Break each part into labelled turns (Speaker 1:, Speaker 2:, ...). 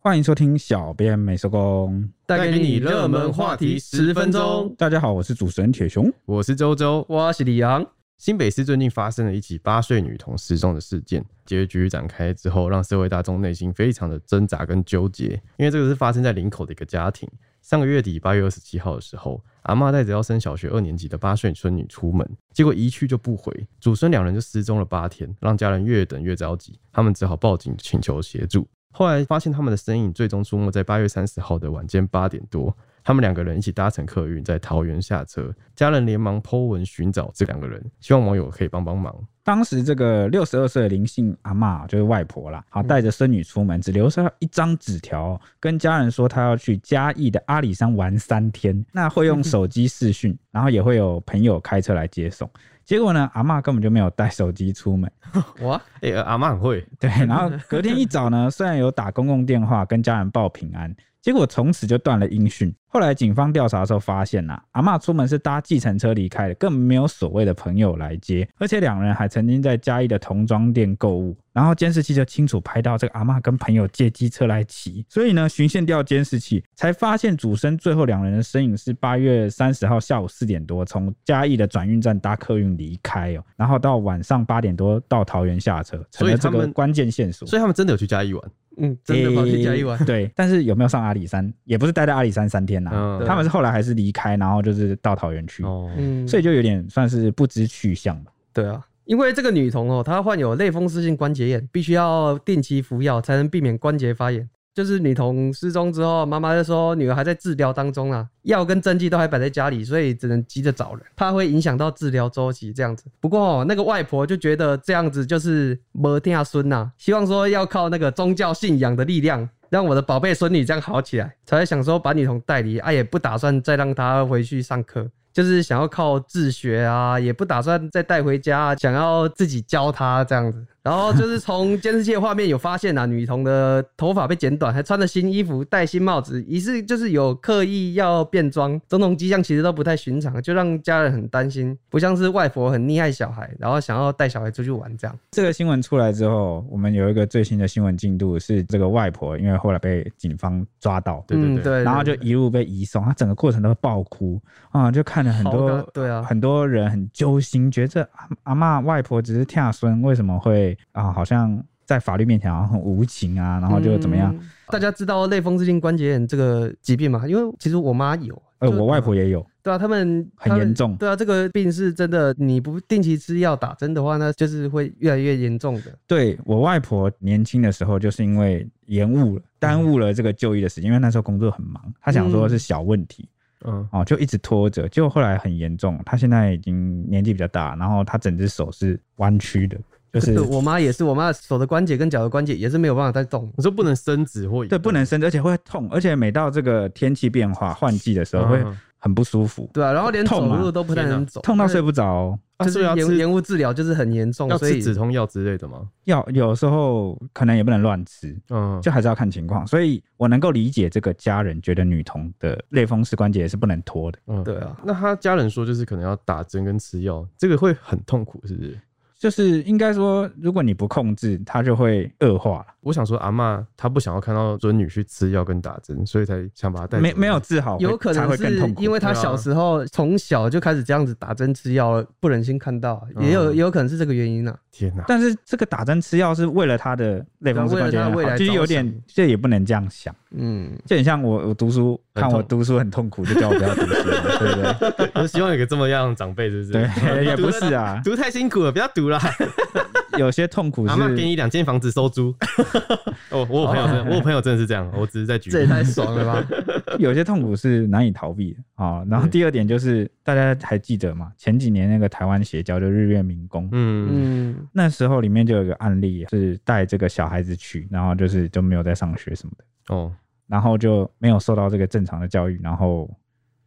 Speaker 1: 欢迎收听《小编没收工》，
Speaker 2: 带给你热门话题十分钟。
Speaker 1: 大家好，我是主持人铁熊。
Speaker 2: 我是周周。
Speaker 3: 我是李昂，
Speaker 2: 新北市最近发生了一起八岁女童失踪的事件，结局展开之后，让社会大众内心非常的挣扎跟纠结，因为这个是发生在林口的一个家庭。上个月底八月二十七号的时候，阿嬷带着要升小学二年级的八岁孙女出门，结果一去就不回，祖孙两人就失踪了八天，让家人越等越着急，他们只好报警请求协助。后来发现他们的身影最终出没在八月三十号的晚间八点多，他们两个人一起搭乘客运在桃园下车，家人连忙 Po 文寻找这两个人，希望网友可以帮帮忙。
Speaker 1: 当时这个六十二岁的林姓阿嬷就是外婆啦，
Speaker 2: 嗯
Speaker 1: 好带着孙女出门，只留下一张纸条，跟家人说她要去嘉义的阿里山玩三天，那会用手机视 讯，然后也会有朋友开车来接送。结果呢，阿嬷根本就没有带手机出门，
Speaker 3: 哇，
Speaker 2: 哎、呃阿妈很会，
Speaker 1: 对，然后隔天一早呢，虽然有打公共电话跟家人报平安，结果从此就断了音讯。后来警方调查的时候发现呐、阿嬷出门是搭计程车离开的，根本没有所谓的朋友来接，而且两人还曾经在嘉义的童装店购物。然后监视器就清楚拍到这个阿嬷跟朋友借机车来骑，所以呢，循线调监视器才发现主身最后两人的身影是八月三十号下午四点多从嘉义的转运站搭客运离开哦，然后到晚上八点多到桃园下车，成
Speaker 2: 所
Speaker 1: 了
Speaker 2: 以
Speaker 1: 这
Speaker 2: 他
Speaker 1: 个
Speaker 2: 们
Speaker 1: 关键线索。
Speaker 2: 所以他们真的有去嘉义玩。
Speaker 3: 嗯，真的跑去嘉义玩
Speaker 1: 欸，对，但是有没有上阿里山，也不是待在阿里山三天呐、
Speaker 2: 嗯
Speaker 1: 他们是后来还是离开，然后就是到桃园去，
Speaker 2: 哦，
Speaker 3: 嗯，
Speaker 1: 所以就有点算是不知去向吧。
Speaker 3: 对啊，因为这个女童哦，她患有类风湿性关节炎，必须要定期服药才能避免关节发炎。就是女童失踪之后，妈妈就说女儿还在治疗当中啊，药跟针剂都还摆在家里，所以只能急着找人，怕会影响到治疗周期这样子。不过、哦、那个外婆就觉得这样子就是没听孙呐、啊希望说要靠那个宗教信仰的力量，让我的宝贝孙女这样好起来，才会想说把女童带离啊，也不打算再让她回去上课。就是想要靠自学啊，也不打算再带回家、想要自己教他这样子。然后就是从监视器的画面有发现啊，女童的头发被剪短，还穿了新衣服、戴新帽子，疑似就是有刻意要变装，种种迹象其实都不太寻常，就让家人很担心。不像是外婆很溺爱小孩，然后想要带小孩出去玩这样。
Speaker 1: 这个新闻出来之后，我们有一个最新的新闻进度是，这个外婆因为后来被警方抓到，
Speaker 2: 对对
Speaker 3: 嗯
Speaker 2: 对
Speaker 3: 对
Speaker 1: 然后就
Speaker 3: 对
Speaker 1: 一路被移送，她整个过程都爆哭啊、就看了很
Speaker 3: 好
Speaker 1: 多
Speaker 3: 的。对啊，
Speaker 1: 很多人很揪心，觉得这阿阿妈外婆只是跳孙，为什么会啊？好像在法律面前好像很无情啊，然后就怎么样？
Speaker 3: 嗯大家知道类风湿性关节炎这个疾病吗？因为其实我妈有，
Speaker 1: 呃，
Speaker 3: 嗯就
Speaker 1: 我外婆也有，
Speaker 3: 对啊，他们
Speaker 1: 很
Speaker 3: 他们
Speaker 1: 严重
Speaker 3: 对啊，这个病是真的，你不定期吃药打针的话，那就是会越来越严重的。
Speaker 1: 对我外婆年轻的时候，就是因为延误了，耽误了这个就医的时间，因为那时候工作很忙，她想说是小问题、
Speaker 2: 嗯，
Speaker 1: 哦，就一直拖着，结果后来很严重，她现在已经年纪比较大，然后她整只手是弯曲的，就是
Speaker 3: 我妈也是，我妈手的关节跟脚的关节也是没有办法再动。
Speaker 2: 你说不能伸直或移
Speaker 1: 对不能伸直，而且会痛，而且每到这个天气变化换季的时候
Speaker 2: 嗯
Speaker 1: 会很不舒服，
Speaker 3: 对啊，然后连走
Speaker 1: 痛啊
Speaker 3: 路都不太能走，
Speaker 1: 痛到睡不着哦、
Speaker 2: 啊，
Speaker 3: 就
Speaker 2: 所
Speaker 3: 是
Speaker 2: 以要
Speaker 3: 延
Speaker 2: 吃
Speaker 3: 延误治疗就是很严重，
Speaker 2: 要
Speaker 3: 所
Speaker 2: 吃
Speaker 3: 以
Speaker 2: 止痛药之类的吗？
Speaker 1: 药有时候可能也不能乱吃，
Speaker 2: 嗯，
Speaker 1: 就还是要看情况，所以我能够理解这个家人觉得女童的类风湿关节是不能拖的。
Speaker 2: 嗯
Speaker 3: 对啊，
Speaker 2: 那他家人说就是可能要打针跟吃药，这个会很痛苦，是不是？
Speaker 1: 就是应该说，如果你不控制，它就会恶化了，
Speaker 2: 我想说，阿嬷她不想要看到孙女去吃药跟打针，所以才想把她带走
Speaker 1: 没没有治好，
Speaker 3: 有可
Speaker 1: 才
Speaker 3: 能
Speaker 1: 会更
Speaker 3: 是
Speaker 1: 痛苦。
Speaker 3: 因为她
Speaker 2: 对啊
Speaker 3: 小时候从小就开始这样子打针吃药，不忍心看到啊，也有
Speaker 2: 嗯
Speaker 3: 也有可能是这个原因啊。
Speaker 2: 天哪、
Speaker 1: 但是这个打针吃药是为了他的类风湿关节
Speaker 3: 对为了
Speaker 1: 炎
Speaker 3: 他未
Speaker 1: 好，
Speaker 3: 来
Speaker 1: 就是有
Speaker 3: 着
Speaker 1: 点
Speaker 3: 想，
Speaker 1: 这也不能这样想，
Speaker 3: 嗯，
Speaker 1: 就很像我我读书，
Speaker 2: 很
Speaker 1: 看我
Speaker 2: 痛
Speaker 1: 读书很痛苦，就叫我不要读书嘛，对不 对？
Speaker 2: 我希望有个这么样的长辈，是不是？
Speaker 1: 对，也
Speaker 2: 读得
Speaker 1: 不是啊，
Speaker 2: 读太辛苦了，不要读了。
Speaker 1: 有些痛苦
Speaker 2: 啊阿嬷给
Speaker 1: 是，
Speaker 2: 你两间房子收租。哦，我有朋友真的，我有朋友真的是这样，我只是在举
Speaker 3: 这也
Speaker 2: 例。
Speaker 3: 太爽 了吧！
Speaker 1: 有些痛苦是难以逃避的啊。然后
Speaker 2: 对
Speaker 1: 第二点就是，大家还记得吗？前几年那个台湾邪教就日月民工，
Speaker 2: 嗯，
Speaker 3: 嗯，
Speaker 1: 那时候里面就有一个案例，是带这个小孩子去，然后就是就没有在上学什么的，
Speaker 2: 哦，
Speaker 1: 然后就没有受到这个正常的教育，然后，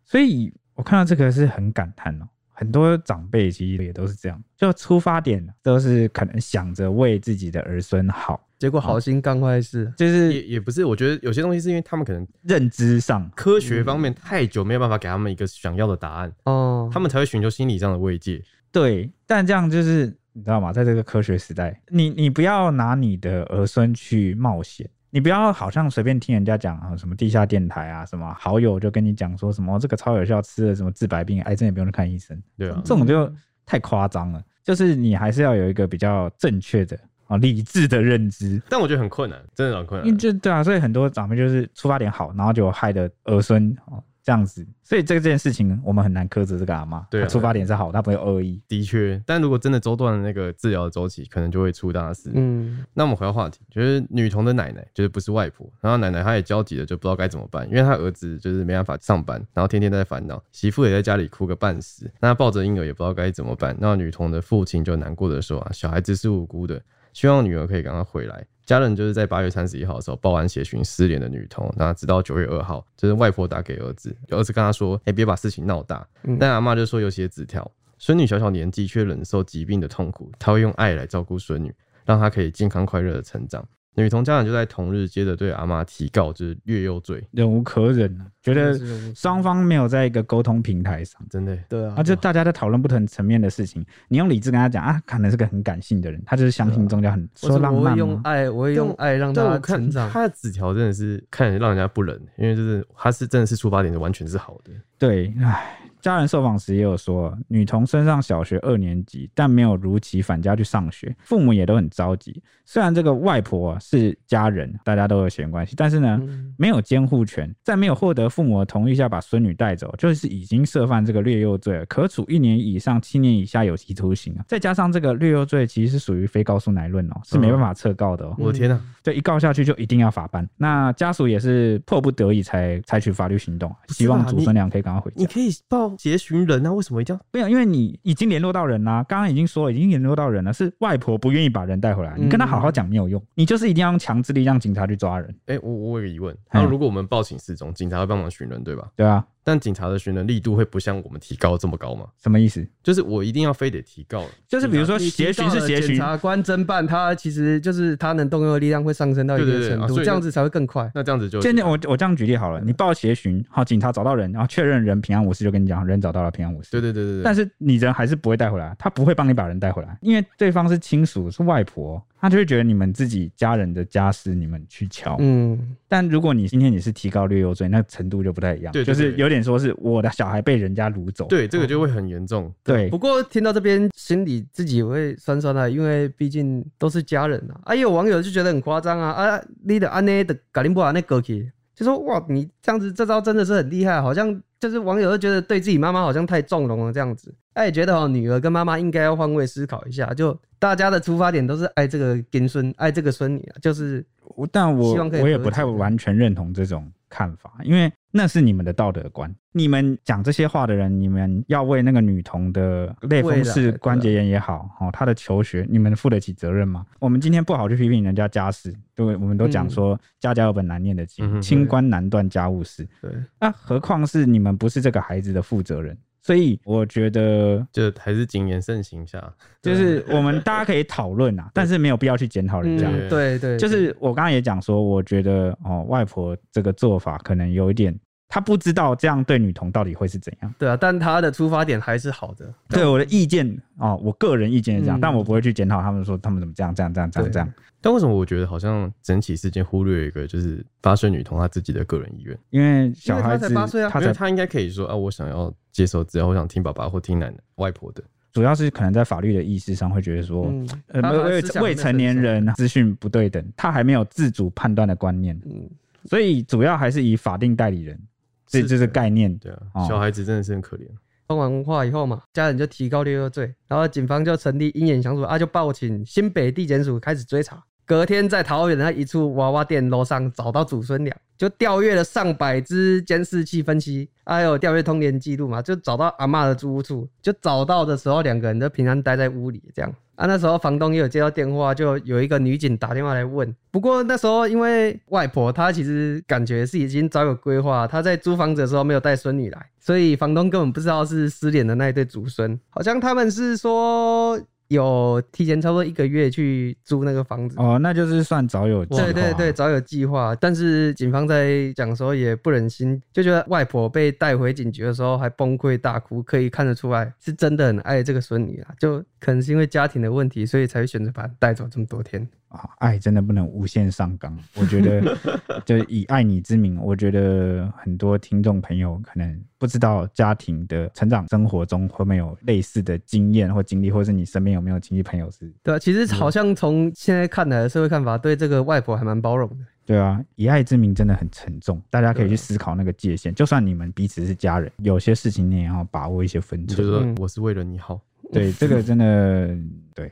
Speaker 1: 所以我看到这个是很感叹哦。很多长辈其实也都是这样，就出发点都是可能想着为自己的儿孙好，
Speaker 3: 结果好心干坏事，
Speaker 1: 就是
Speaker 2: 也也不是，我觉得有些东西是因为他们可能
Speaker 1: 认知上
Speaker 2: 科学方面太久没有办法给他们一个想要的答案，
Speaker 3: 哦，
Speaker 2: 他们才会寻求心理上的慰藉。
Speaker 1: 对，但这样就是你知道吗？在这个科学时代，你你不要拿你的儿孙去冒险，你不要好像随便听人家讲啊，什么地下电台啊，什么好友就跟你讲说什么这个超有效，吃了什么治百病，癌症也不用去看医生，
Speaker 2: 对啊
Speaker 1: 这，种就太夸张了。就是你还是要有一个比较正确的啊理智的认知，
Speaker 2: 但我觉得很困难，真的很困
Speaker 1: 因为
Speaker 2: 难。
Speaker 1: 这对啊，所以很多长辈就是出发点好，然后就害的儿孙哦这样子，所以这个这件事情我们很难苛责这个阿妈，
Speaker 2: 对啊
Speaker 1: 她出发点是好，她不会有恶意。
Speaker 2: 的确，但如果真的中断了那个治疗的周期，可能就会出大事。
Speaker 3: 嗯，
Speaker 2: 那我们回到话题，就是女童的奶奶，就是不是外婆，然后奶奶她也焦急的就不知道该怎么办，因为她儿子就是没办法上班，然后天天在烦恼，媳妇也在家里哭个半死，那她抱着婴儿也不知道该怎么办，那女童的父亲就难过的说啊，小孩子是无辜的，希望女儿可以赶快回来。家人就是在八月三十一号的时候报案协寻失联的女童，那直到九月二号，就是外婆打给儿子，儿子跟他说：“哎、别把事情闹大。
Speaker 3: 嗯
Speaker 2: 但阿妈就说有写纸条，孙女小小年纪却忍受疾病的痛苦，她会用爱来照顾孙女，让她可以健康快乐的成长。女童家长就在同日接着对阿妈提告，就是越幼罪，
Speaker 1: 忍无可忍了，觉得
Speaker 3: 真的是忍无可忍
Speaker 1: 双方没有在一个沟通平台上。
Speaker 2: 真的
Speaker 3: 对啊
Speaker 1: 啊，，就大家在讨论不同层面的事情，你用理智跟他讲啊，可能是个很感性的人，他就是相
Speaker 3: 啊
Speaker 1: 信宗教很
Speaker 3: 我
Speaker 1: 说
Speaker 3: 是
Speaker 1: 浪
Speaker 3: 我会
Speaker 1: 漫
Speaker 3: 用
Speaker 1: 吗？
Speaker 3: 爱，我会用爱让
Speaker 2: 但我
Speaker 3: 他
Speaker 2: 看
Speaker 3: 成长。
Speaker 2: 她的纸条真的是看着让人家不忍，因为就是她是真的是出发点是完全是好
Speaker 1: 嗯
Speaker 2: 的，
Speaker 1: 对，唉，家人受访时也有说，女童升上小学二年级，但没有如期返家去上学，父母也都很着急。虽然这个外婆啊是家人，大家都有血缘关系，但是呢，
Speaker 3: 嗯
Speaker 1: 没有监护权，在没有获得父母的同意下把孙女带走，就是已经涉犯这个略幼罪了，可处一年以上七年以下有期徒刑啊。再加上这个略幼罪其实是属于非告诉乃论哦，是没办法撤告的哦，
Speaker 2: 我的天呐、啊
Speaker 1: 就一告下去就一定要法办。那家属也是迫不得已才采取法律行动啊，
Speaker 2: 是吧
Speaker 1: 希望祖孙俩可以赶快回
Speaker 2: 你
Speaker 1: 家。
Speaker 2: 可以报协寻人啊，为什么一定要？
Speaker 1: 没有，因为你已经联络到人啦、刚刚已经说了，已经联络到人了，是外婆不愿意把人带回来，你跟他好
Speaker 3: 嗯
Speaker 1: 好讲没有用，你就是一定要用强制力让警察去抓人，
Speaker 2: 哎、我我有个疑问，
Speaker 1: 嗯
Speaker 2: 然后如果我们报警失踪，警察会帮忙寻人对吧？
Speaker 1: 对啊，
Speaker 2: 但警察的寻人力度会不像我们提高这么高吗？
Speaker 1: 什么意思？
Speaker 2: 就是我一定要非得提高了，
Speaker 1: 就是比如说
Speaker 3: 你
Speaker 1: 协
Speaker 3: 提
Speaker 1: 寻
Speaker 3: 到
Speaker 1: 是
Speaker 3: 了
Speaker 1: 协
Speaker 3: 检
Speaker 1: 寻，
Speaker 3: 察官侦办，他其实就是他能动用的力量会上升到一
Speaker 2: 对对
Speaker 3: 定
Speaker 2: 对
Speaker 3: 的程
Speaker 2: 啊所
Speaker 3: 度，
Speaker 2: 以
Speaker 3: 这样子才会更快。
Speaker 2: 那这样子就
Speaker 1: 真的，我我这样举例好了，你报协寻，好，警察找到人，然后确认人平安无事，就跟你讲人找到了平安无事。
Speaker 2: 对对对对对，
Speaker 1: 但是你人还是不会带回来，他不会帮你把人带回来，因为对方是亲属，是外婆，他就会觉得你们自己家人的家事你们去敲。
Speaker 3: 嗯，
Speaker 1: 但如果你今天你是提高略有罪，那程度就不太一样，
Speaker 2: 对对
Speaker 1: 就是
Speaker 2: 对
Speaker 1: 有点说是我的小孩被人家掳走。
Speaker 2: 对这个就会很严重。
Speaker 1: 对
Speaker 3: 不过听到这边，心里自己也会酸酸的，因为毕竟都是家人啊。啊，也有网友就觉得很夸张啊啊，你的安内的嘎林布安内过去，就说哇，你这样子这招真的是很厉害，好像就是网友就觉得对自己妈妈好像太纵容了这样子。他也觉得哦，女儿跟妈妈应该要换位思考一下，就大家的出发点都是爱这个根孙，爱这个孙女啊，就是
Speaker 1: 我但我
Speaker 3: 希望可以
Speaker 1: 我也
Speaker 3: 和
Speaker 1: 不太
Speaker 3: 解
Speaker 1: 完全认同这种看法，因为那是你们的道德观。你们讲这些话的人，你们要为那个女童的类风
Speaker 3: 未
Speaker 1: 湿
Speaker 3: 来
Speaker 1: 关节炎也好，哦，她的求学，你们负得起责任吗？我们今天不好去批评人家家事，对不对，我们都讲
Speaker 3: 嗯
Speaker 1: 说家家有本难念的
Speaker 2: 嗯
Speaker 1: 经，
Speaker 2: 哼
Speaker 1: 清
Speaker 3: 对
Speaker 1: 官难断家务事。
Speaker 3: 对，嗯
Speaker 1: 那何况是你们不是这个孩子的负责人，所以我觉得
Speaker 2: 就还是谨言慎行一下，
Speaker 1: 就是我们大家可以讨论 啊，但是没有必要去检讨人家。
Speaker 3: 嗯，对对，
Speaker 1: 就是我刚刚也讲说，我觉得哦，外婆这个做法可能有一点，她不知道这样对女童到底会是怎样。
Speaker 3: 对啊，但他的出发点还是好的，
Speaker 1: 对我的意见哦，我个人意见是这样，
Speaker 3: 嗯
Speaker 1: 但我不会去检讨他们说他们怎么这样这样这样这样
Speaker 3: 对
Speaker 1: 这样，
Speaker 2: 但为什么我觉得好像整起事件忽略一个就是八岁女童她自己的个人意愿？
Speaker 1: 因为小孩子
Speaker 3: 因为她才八岁啊
Speaker 1: 她
Speaker 2: 因为
Speaker 1: 才
Speaker 2: 她应该可以说啊，我想要接受治疗，我想听爸爸或听奶奶、外婆的。
Speaker 1: 主要是可能在法律的意识上会觉得说。
Speaker 3: 嗯，
Speaker 1: 呃
Speaker 3: 他，
Speaker 1: 未
Speaker 3: 思想
Speaker 1: 未
Speaker 3: 还没
Speaker 1: 成年
Speaker 3: 成熟
Speaker 1: 人资讯不对等，他还没有自主判断的观念，
Speaker 3: 嗯，
Speaker 1: 所以主要还是以法定代理人这
Speaker 2: 是
Speaker 1: 这是概念
Speaker 2: 对啊，
Speaker 1: 哦
Speaker 2: 小孩子真的是很可怜。
Speaker 3: 通完话以后嘛，家人就提高六六罪，然后警方就成立鹰眼小组啊，就报请新北地检署开始追查。隔天在桃园的一处娃娃店楼上找到祖孙俩，就调阅了上百只监视器分析，啊还有调阅通联记录嘛，就找到阿嬷的住屋处，就找到的时候两个人就平安待在屋里这样。啊，那时候房东也有接到电话，就有一个女警打电话来问。不过那时候因为外婆她其实感觉是已经早有规划，她在租房子的时候没有带孙女来，所以房东根本不知道是失联的那一对祖孙。好像他们是说有提前差不多一个月去租那个房子。
Speaker 1: 哦，那就是算早有啊计划
Speaker 3: 对对对，早有计划，但是警方在讲的时候也不忍心，就觉得外婆被带回警局的时候还崩溃大哭，可以看得出来是真的很爱这个孙女啊，就可能是因为家庭的问题，所以才会选择把她带走这么多天。
Speaker 1: 啊，爱真的不能无限上纲。我觉得， 就以爱你之名，我觉得很多听众朋友可能不知道家庭的成长生活中会没有类似的经验或经历，或是你身边有没有亲戚朋友是？
Speaker 3: 对啊，其实好像从现在看来，社会看法对这个外婆还蛮包容的。
Speaker 1: 对啊，以爱之名真的很沉重，大家可以去思考那个界限。就算你们彼此是家人，有些事情你也要把握一些分
Speaker 2: 你就
Speaker 1: 寸。
Speaker 2: 说
Speaker 3: 嗯
Speaker 2: 我是为了你好，
Speaker 1: 对，这个真的对。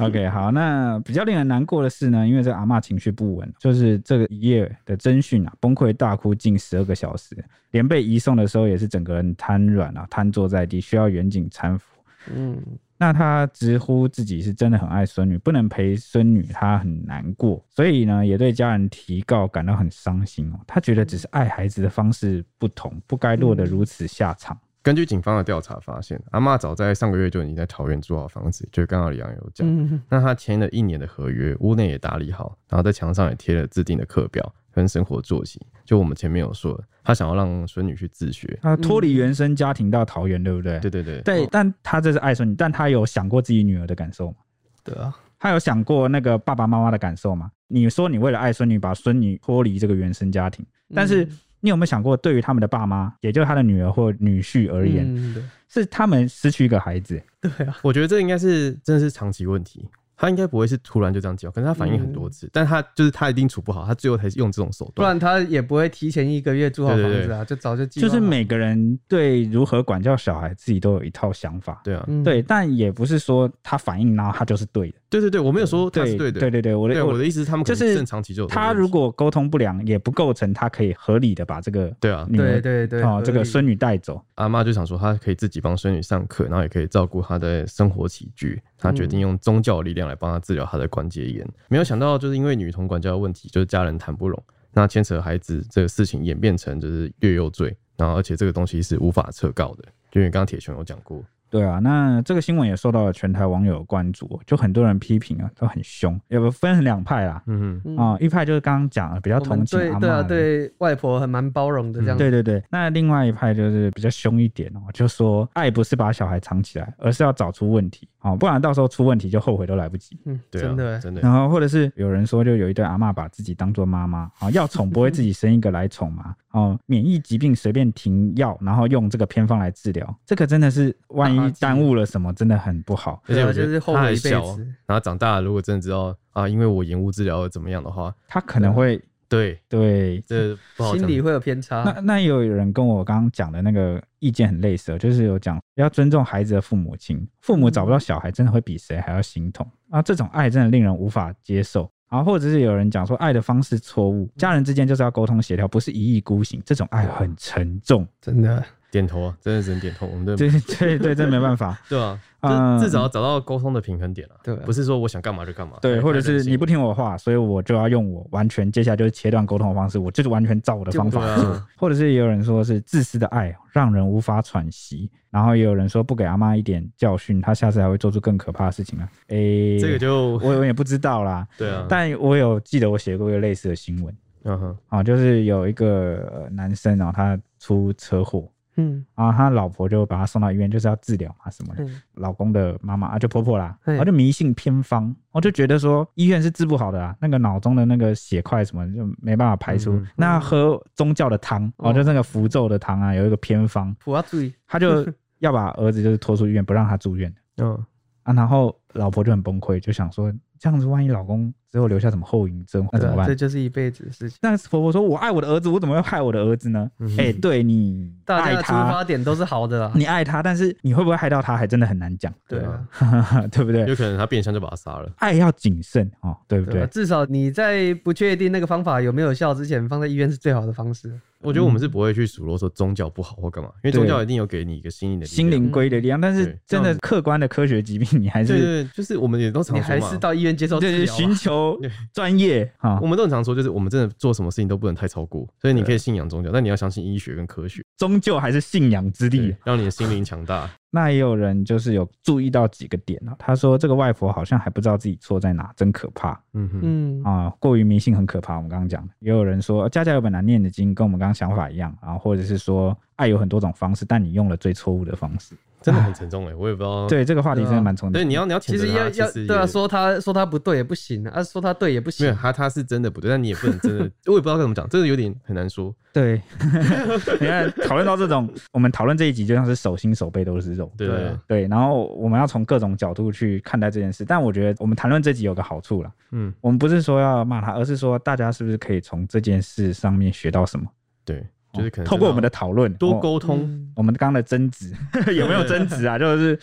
Speaker 1: OK，好，那比较令人难过的是呢，因为这个阿嬷情绪不稳，就是这个一夜的侦讯啊，崩溃大哭近十二个小时，连被移送的时候也是整个人瘫软啊，瘫坐在地，需要远景搀扶。
Speaker 3: 嗯，
Speaker 1: 那他直呼自己是真的很爱孙女，不能陪孙女，他很难过，所以呢，也对家人提告感到很伤心哦。他觉得只是爱孩子的方式不同，不该落得如此下场。
Speaker 2: 根据警方的调查发现，阿嬷早在上个月就已经在桃园租好房子，就是刚好李阳有讲。
Speaker 3: 嗯
Speaker 2: 那他签了一年的合约，屋内也打理好，然后在墙上也贴了制定的课表跟生活作息。就我们前面有说的，他想要让孙女去自学。
Speaker 1: 他脱离原生家庭到桃园，对不对？
Speaker 2: 对对对，
Speaker 1: 对，但他这是爱孙女，但他有想过自己女儿的感受吗？
Speaker 3: 对啊，
Speaker 1: 他有想过那个爸爸妈妈的感受吗？你说你为了爱孙女，把孙女脱离这个原生家庭，但是你有没有想过，对于他们的爸妈，也就是他的女儿或女婿而言，
Speaker 3: 嗯对
Speaker 1: 是他们失去一个孩子？
Speaker 2: 我觉得这应该是真的是长期问题。他应该不会是突然就这样教，哦可是他反应很多次，但他就是他一定处不好，他最后才是用这种手
Speaker 3: 嗯不
Speaker 2: 段。
Speaker 3: 然他也不会提前一个月住好房
Speaker 2: 对对
Speaker 3: 子啊，就早就计划
Speaker 1: 就
Speaker 3: 好
Speaker 1: 是每个人对如何管教小孩，自己都有一套想法。
Speaker 2: 对啊，
Speaker 3: 嗯
Speaker 1: 对，但也不是说他反应，然后他就是对的。
Speaker 2: 对对对，我没有说他是
Speaker 1: 对
Speaker 2: 对的，
Speaker 1: 对对对，我
Speaker 2: 对
Speaker 1: 的
Speaker 2: 我
Speaker 1: 我
Speaker 2: 的意思是他们可能
Speaker 1: 就是
Speaker 2: 正常期就有这个
Speaker 1: 他
Speaker 2: 问题
Speaker 1: 如果沟通不良，也不构成他可以合理的把这个
Speaker 2: 对啊，
Speaker 1: 女儿
Speaker 3: 对对对
Speaker 1: 哦这
Speaker 3: 合
Speaker 1: 个
Speaker 3: 理
Speaker 1: 孙女带走。
Speaker 2: 阿妈就想说，她可以自己帮孙女上课，然后也可以照顾她的生活起居。她决
Speaker 1: 嗯
Speaker 2: 定用宗教的力量来帮她治疗她的关节炎。没有想到，就是因为女童管教的问题，就是家人谈不拢，那牵扯孩子这个事情演变成就是越幼罪，然后而且这个东西是无法撤告的。就因为刚刚铁熊有讲过，
Speaker 1: 对啊，那这个新闻也受到了全台网友的关注哦，就很多人批评啊，都很凶，也不分两派啦。
Speaker 2: 嗯哼，
Speaker 3: 嗯
Speaker 1: 啊、一派就是刚刚讲了比较
Speaker 3: 我们
Speaker 1: 同情
Speaker 3: 对
Speaker 1: 阿
Speaker 3: 对
Speaker 1: 嬷
Speaker 3: 啊，
Speaker 1: 的
Speaker 3: 对外婆很蛮包容的这样。
Speaker 1: 对对对，那另外一派就是比较凶一点哦，就说爱不是把小孩藏起来，而是要找出问题哦，不然到时候出问题就后悔都来不及。
Speaker 3: 嗯，
Speaker 2: 对啊，
Speaker 3: 真的欸，
Speaker 2: 真的
Speaker 1: 然后或者是有人说，就有一对阿嬷把自己当做妈妈 啊，哦要宠不会自己生一个来宠嘛，哦，免疫疾病随便停药，然后用这个偏方来治疗，这个真的是万
Speaker 3: 啊
Speaker 1: 一
Speaker 3: 这
Speaker 1: 耽误了什么，真的很不好。
Speaker 2: 而且
Speaker 3: 对啊
Speaker 2: 我觉
Speaker 3: 就是
Speaker 2: 得
Speaker 3: 后
Speaker 2: 她
Speaker 3: 悔
Speaker 2: 还
Speaker 3: 一辈
Speaker 2: 小啊
Speaker 3: 子，
Speaker 2: 然后长大了如果真的知道啊，因为我延误治疗而怎么样的话，
Speaker 1: 他可能会
Speaker 2: 对，啊
Speaker 1: 对
Speaker 2: 这不好
Speaker 3: 心
Speaker 2: 讲
Speaker 3: 理会有偏差
Speaker 2: 啊
Speaker 1: 那。那也有人跟我刚刚讲的那个意见很类似哦，就是有讲要尊重孩子的父母亲，父母找不到小孩，真的会比谁还要心痛啊！这种爱真的令人无法接受。啊，或者是有人讲说爱的方式错
Speaker 2: 嗯
Speaker 1: 误，家人之间就是要沟通协调，不是一意孤行。这种爱很沉重，
Speaker 3: 真的，
Speaker 2: 点头啊，真的只能点头。我们的
Speaker 1: 对对对，真的没办 法。
Speaker 2: 对 啊，
Speaker 1: 嗯
Speaker 2: 就至少要找到沟通的平衡点啊。
Speaker 3: 对啊
Speaker 2: 不是说我想干嘛就干嘛。
Speaker 1: 对，
Speaker 2: 太
Speaker 1: 或者
Speaker 2: 太任
Speaker 1: 是
Speaker 2: 性
Speaker 1: 你不听我话，所以我就要用我完全接下来就是切断沟通的方式，我就是完全照我的方法
Speaker 2: 对啊
Speaker 1: 做。 或者是也有人说是自私的爱让人无法喘息，然后也有人说不给阿妈一点教训，她下次还会做出更可怕的事情啊。诶、
Speaker 2: 这个就
Speaker 1: 我我也不知道啦，
Speaker 2: 对啊，
Speaker 1: 但我有记得我写过一个类似的新闻
Speaker 2: 嗯哼，
Speaker 1: 啊，就是有一个呃男生啊，他出车祸。
Speaker 3: 嗯
Speaker 1: 啊，他老婆就把他送到医院，就是要治疗嘛什么的。
Speaker 3: 嗯
Speaker 1: 老公的妈妈啊，就婆婆啦，
Speaker 3: 嘿
Speaker 1: 然后就迷信偏方，我就觉得说医院是治不好的啊，那个脑中的那个血块什么就没办法排出，
Speaker 2: 嗯
Speaker 1: 那喝宗教的汤，哦，
Speaker 3: 哦
Speaker 1: 就那个符咒的汤啊，有一个偏方，
Speaker 3: 普阿注意，
Speaker 1: 他 就要把儿子就是拖出医院，不让他住院
Speaker 2: 嗯，
Speaker 1: 啊，然后老婆就很崩溃，就想说这样子万一老公之后留下什么后遗症，那
Speaker 3: 对
Speaker 1: 怎么
Speaker 3: 啊，这
Speaker 1: 办？
Speaker 3: 就是一辈子的事情。
Speaker 1: 但是婆婆说：“我爱我的儿子，我怎么会害我的儿子呢？”哎、
Speaker 2: 嗯
Speaker 1: 对你
Speaker 3: 大
Speaker 1: 爱
Speaker 3: 家的出
Speaker 1: 他，
Speaker 3: 发点都是好的啦。啊
Speaker 1: 你爱他，但是你会不会害到他，还真的很难讲，
Speaker 3: 对啊，
Speaker 1: 对不对？
Speaker 2: 有可能他变相就把他杀了。
Speaker 1: 爱要谨慎哦，对不
Speaker 3: 对啊
Speaker 1: 对？
Speaker 3: 至少你在不确定那个方法有没有效之前，放在医院是最好的方式。
Speaker 2: 我觉得我
Speaker 3: 嗯
Speaker 2: 们是不会去数落说宗教不好或干嘛，因为宗教一定有给你一个心灵的力量
Speaker 1: 心。灵归的力量，但是
Speaker 2: 对
Speaker 1: 真的客观的科学疾病，你还
Speaker 2: 对
Speaker 1: 是
Speaker 2: 对，对就是我们也都常
Speaker 3: 你
Speaker 2: 说
Speaker 3: 还是
Speaker 2: 嘛，
Speaker 3: 到医院接受
Speaker 1: 对
Speaker 3: 治
Speaker 1: 对
Speaker 3: 疗啊。
Speaker 1: 寻求专业啊
Speaker 2: 我，们都很常说，就是我们真的做什么事情都不能太超过，所以你可以信仰宗教，但你要相信医学跟科学，
Speaker 1: 终究还是信仰之力
Speaker 2: 对。让你的心灵强大。
Speaker 1: 那也有人就是有注意到几个点哦，他说这个外婆好像还不知道自己错在哪，真可怕
Speaker 2: 嗯哼，
Speaker 3: 嗯，
Speaker 1: 啊、过于迷信很可怕。我们刚刚讲的，也有人说呃家家有本难念的经，跟我们刚刚想法一样啊，或者是说爱有很多种方式，但你用了最错误的方式。
Speaker 2: 真的很沉重哎，我也不知道。，
Speaker 1: 对这个话题真的蛮冲突
Speaker 2: 所以。你要你要谴
Speaker 3: 其
Speaker 2: 责
Speaker 3: 实要
Speaker 2: 他，
Speaker 3: 要
Speaker 2: 实
Speaker 3: 对啊，
Speaker 2: 也
Speaker 3: 说他说他不对也不行啊，啊说他对也不
Speaker 2: 没有
Speaker 3: 行。
Speaker 2: 他他是真的不对，但你也不能真的，我也不知道该怎么讲，真的有点很难说。
Speaker 1: 对，你看讨论到这种，我们讨论这一集就像是手心手背都是肉。
Speaker 2: 对
Speaker 3: 对啊
Speaker 1: 对，然后我们要从各种角度去看待这件事，但我觉得我们谈论这集有个好处啦，
Speaker 2: 嗯，
Speaker 1: 我们不是说要骂他，而是说大家是不是可以从这件事上面学到什么？
Speaker 2: 对，就是可能
Speaker 1: 哦透过我们的讨论，
Speaker 2: 多
Speaker 1: 哦
Speaker 2: 沟通，
Speaker 3: 嗯
Speaker 1: 我们刚刚的争 执有没有争执啊？就是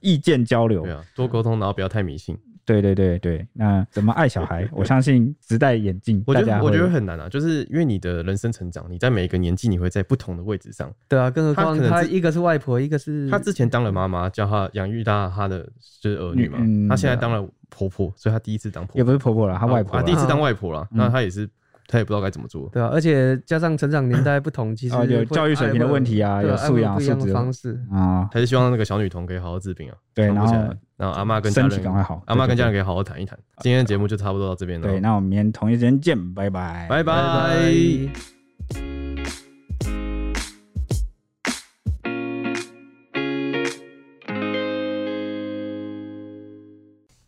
Speaker 1: 意见交流
Speaker 2: 对。啊，多沟通，然后不要太迷信。
Speaker 1: 对对对对，那怎么爱小孩？我相信只戴眼镜，
Speaker 2: 我
Speaker 1: 大
Speaker 2: 觉
Speaker 1: 家
Speaker 2: 得
Speaker 1: 会
Speaker 2: 我觉得很难啊，就是因为你的人生成长，你在每一个年纪，你会在不同的位置上。
Speaker 3: 对啊，更何况
Speaker 2: 他可能
Speaker 3: 他
Speaker 2: 是
Speaker 3: 一个是外婆，一个
Speaker 1: 嗯
Speaker 3: 是
Speaker 2: 她之前当了妈妈，教她养育大她的就是儿女嘛
Speaker 1: 嗯。
Speaker 2: 她现在当了婆婆，所以她第一次当婆
Speaker 1: 也不
Speaker 2: 婆，
Speaker 1: 是婆婆了，她外婆
Speaker 2: 啊
Speaker 1: 啦
Speaker 2: 第一次当外婆了，
Speaker 1: 嗯
Speaker 2: 那她也是她也不知道该怎么做。
Speaker 3: 对啊，而且加上成长年代不同，其实
Speaker 1: 哦有
Speaker 3: 会
Speaker 1: 教育水平的问题啊
Speaker 3: 对
Speaker 1: 有素
Speaker 3: 会
Speaker 1: 养
Speaker 3: 不一样
Speaker 1: 素质
Speaker 3: 的方式。
Speaker 1: 啊，
Speaker 2: 还是希望那个小女童可以好好治病啊，
Speaker 1: 对，
Speaker 2: 扛
Speaker 1: 然
Speaker 2: 不起
Speaker 1: 后
Speaker 2: 来。然后阿妈跟家
Speaker 1: 身
Speaker 2: 人
Speaker 1: 体赶快好，
Speaker 2: 阿妈跟家人
Speaker 1: 对
Speaker 2: 可以好好谈一谈。今天的节目就差不多到这边了，
Speaker 1: 对，那我们明天同一时间见，拜拜，
Speaker 2: 拜
Speaker 3: 拜
Speaker 2: 拜。
Speaker 3: 拜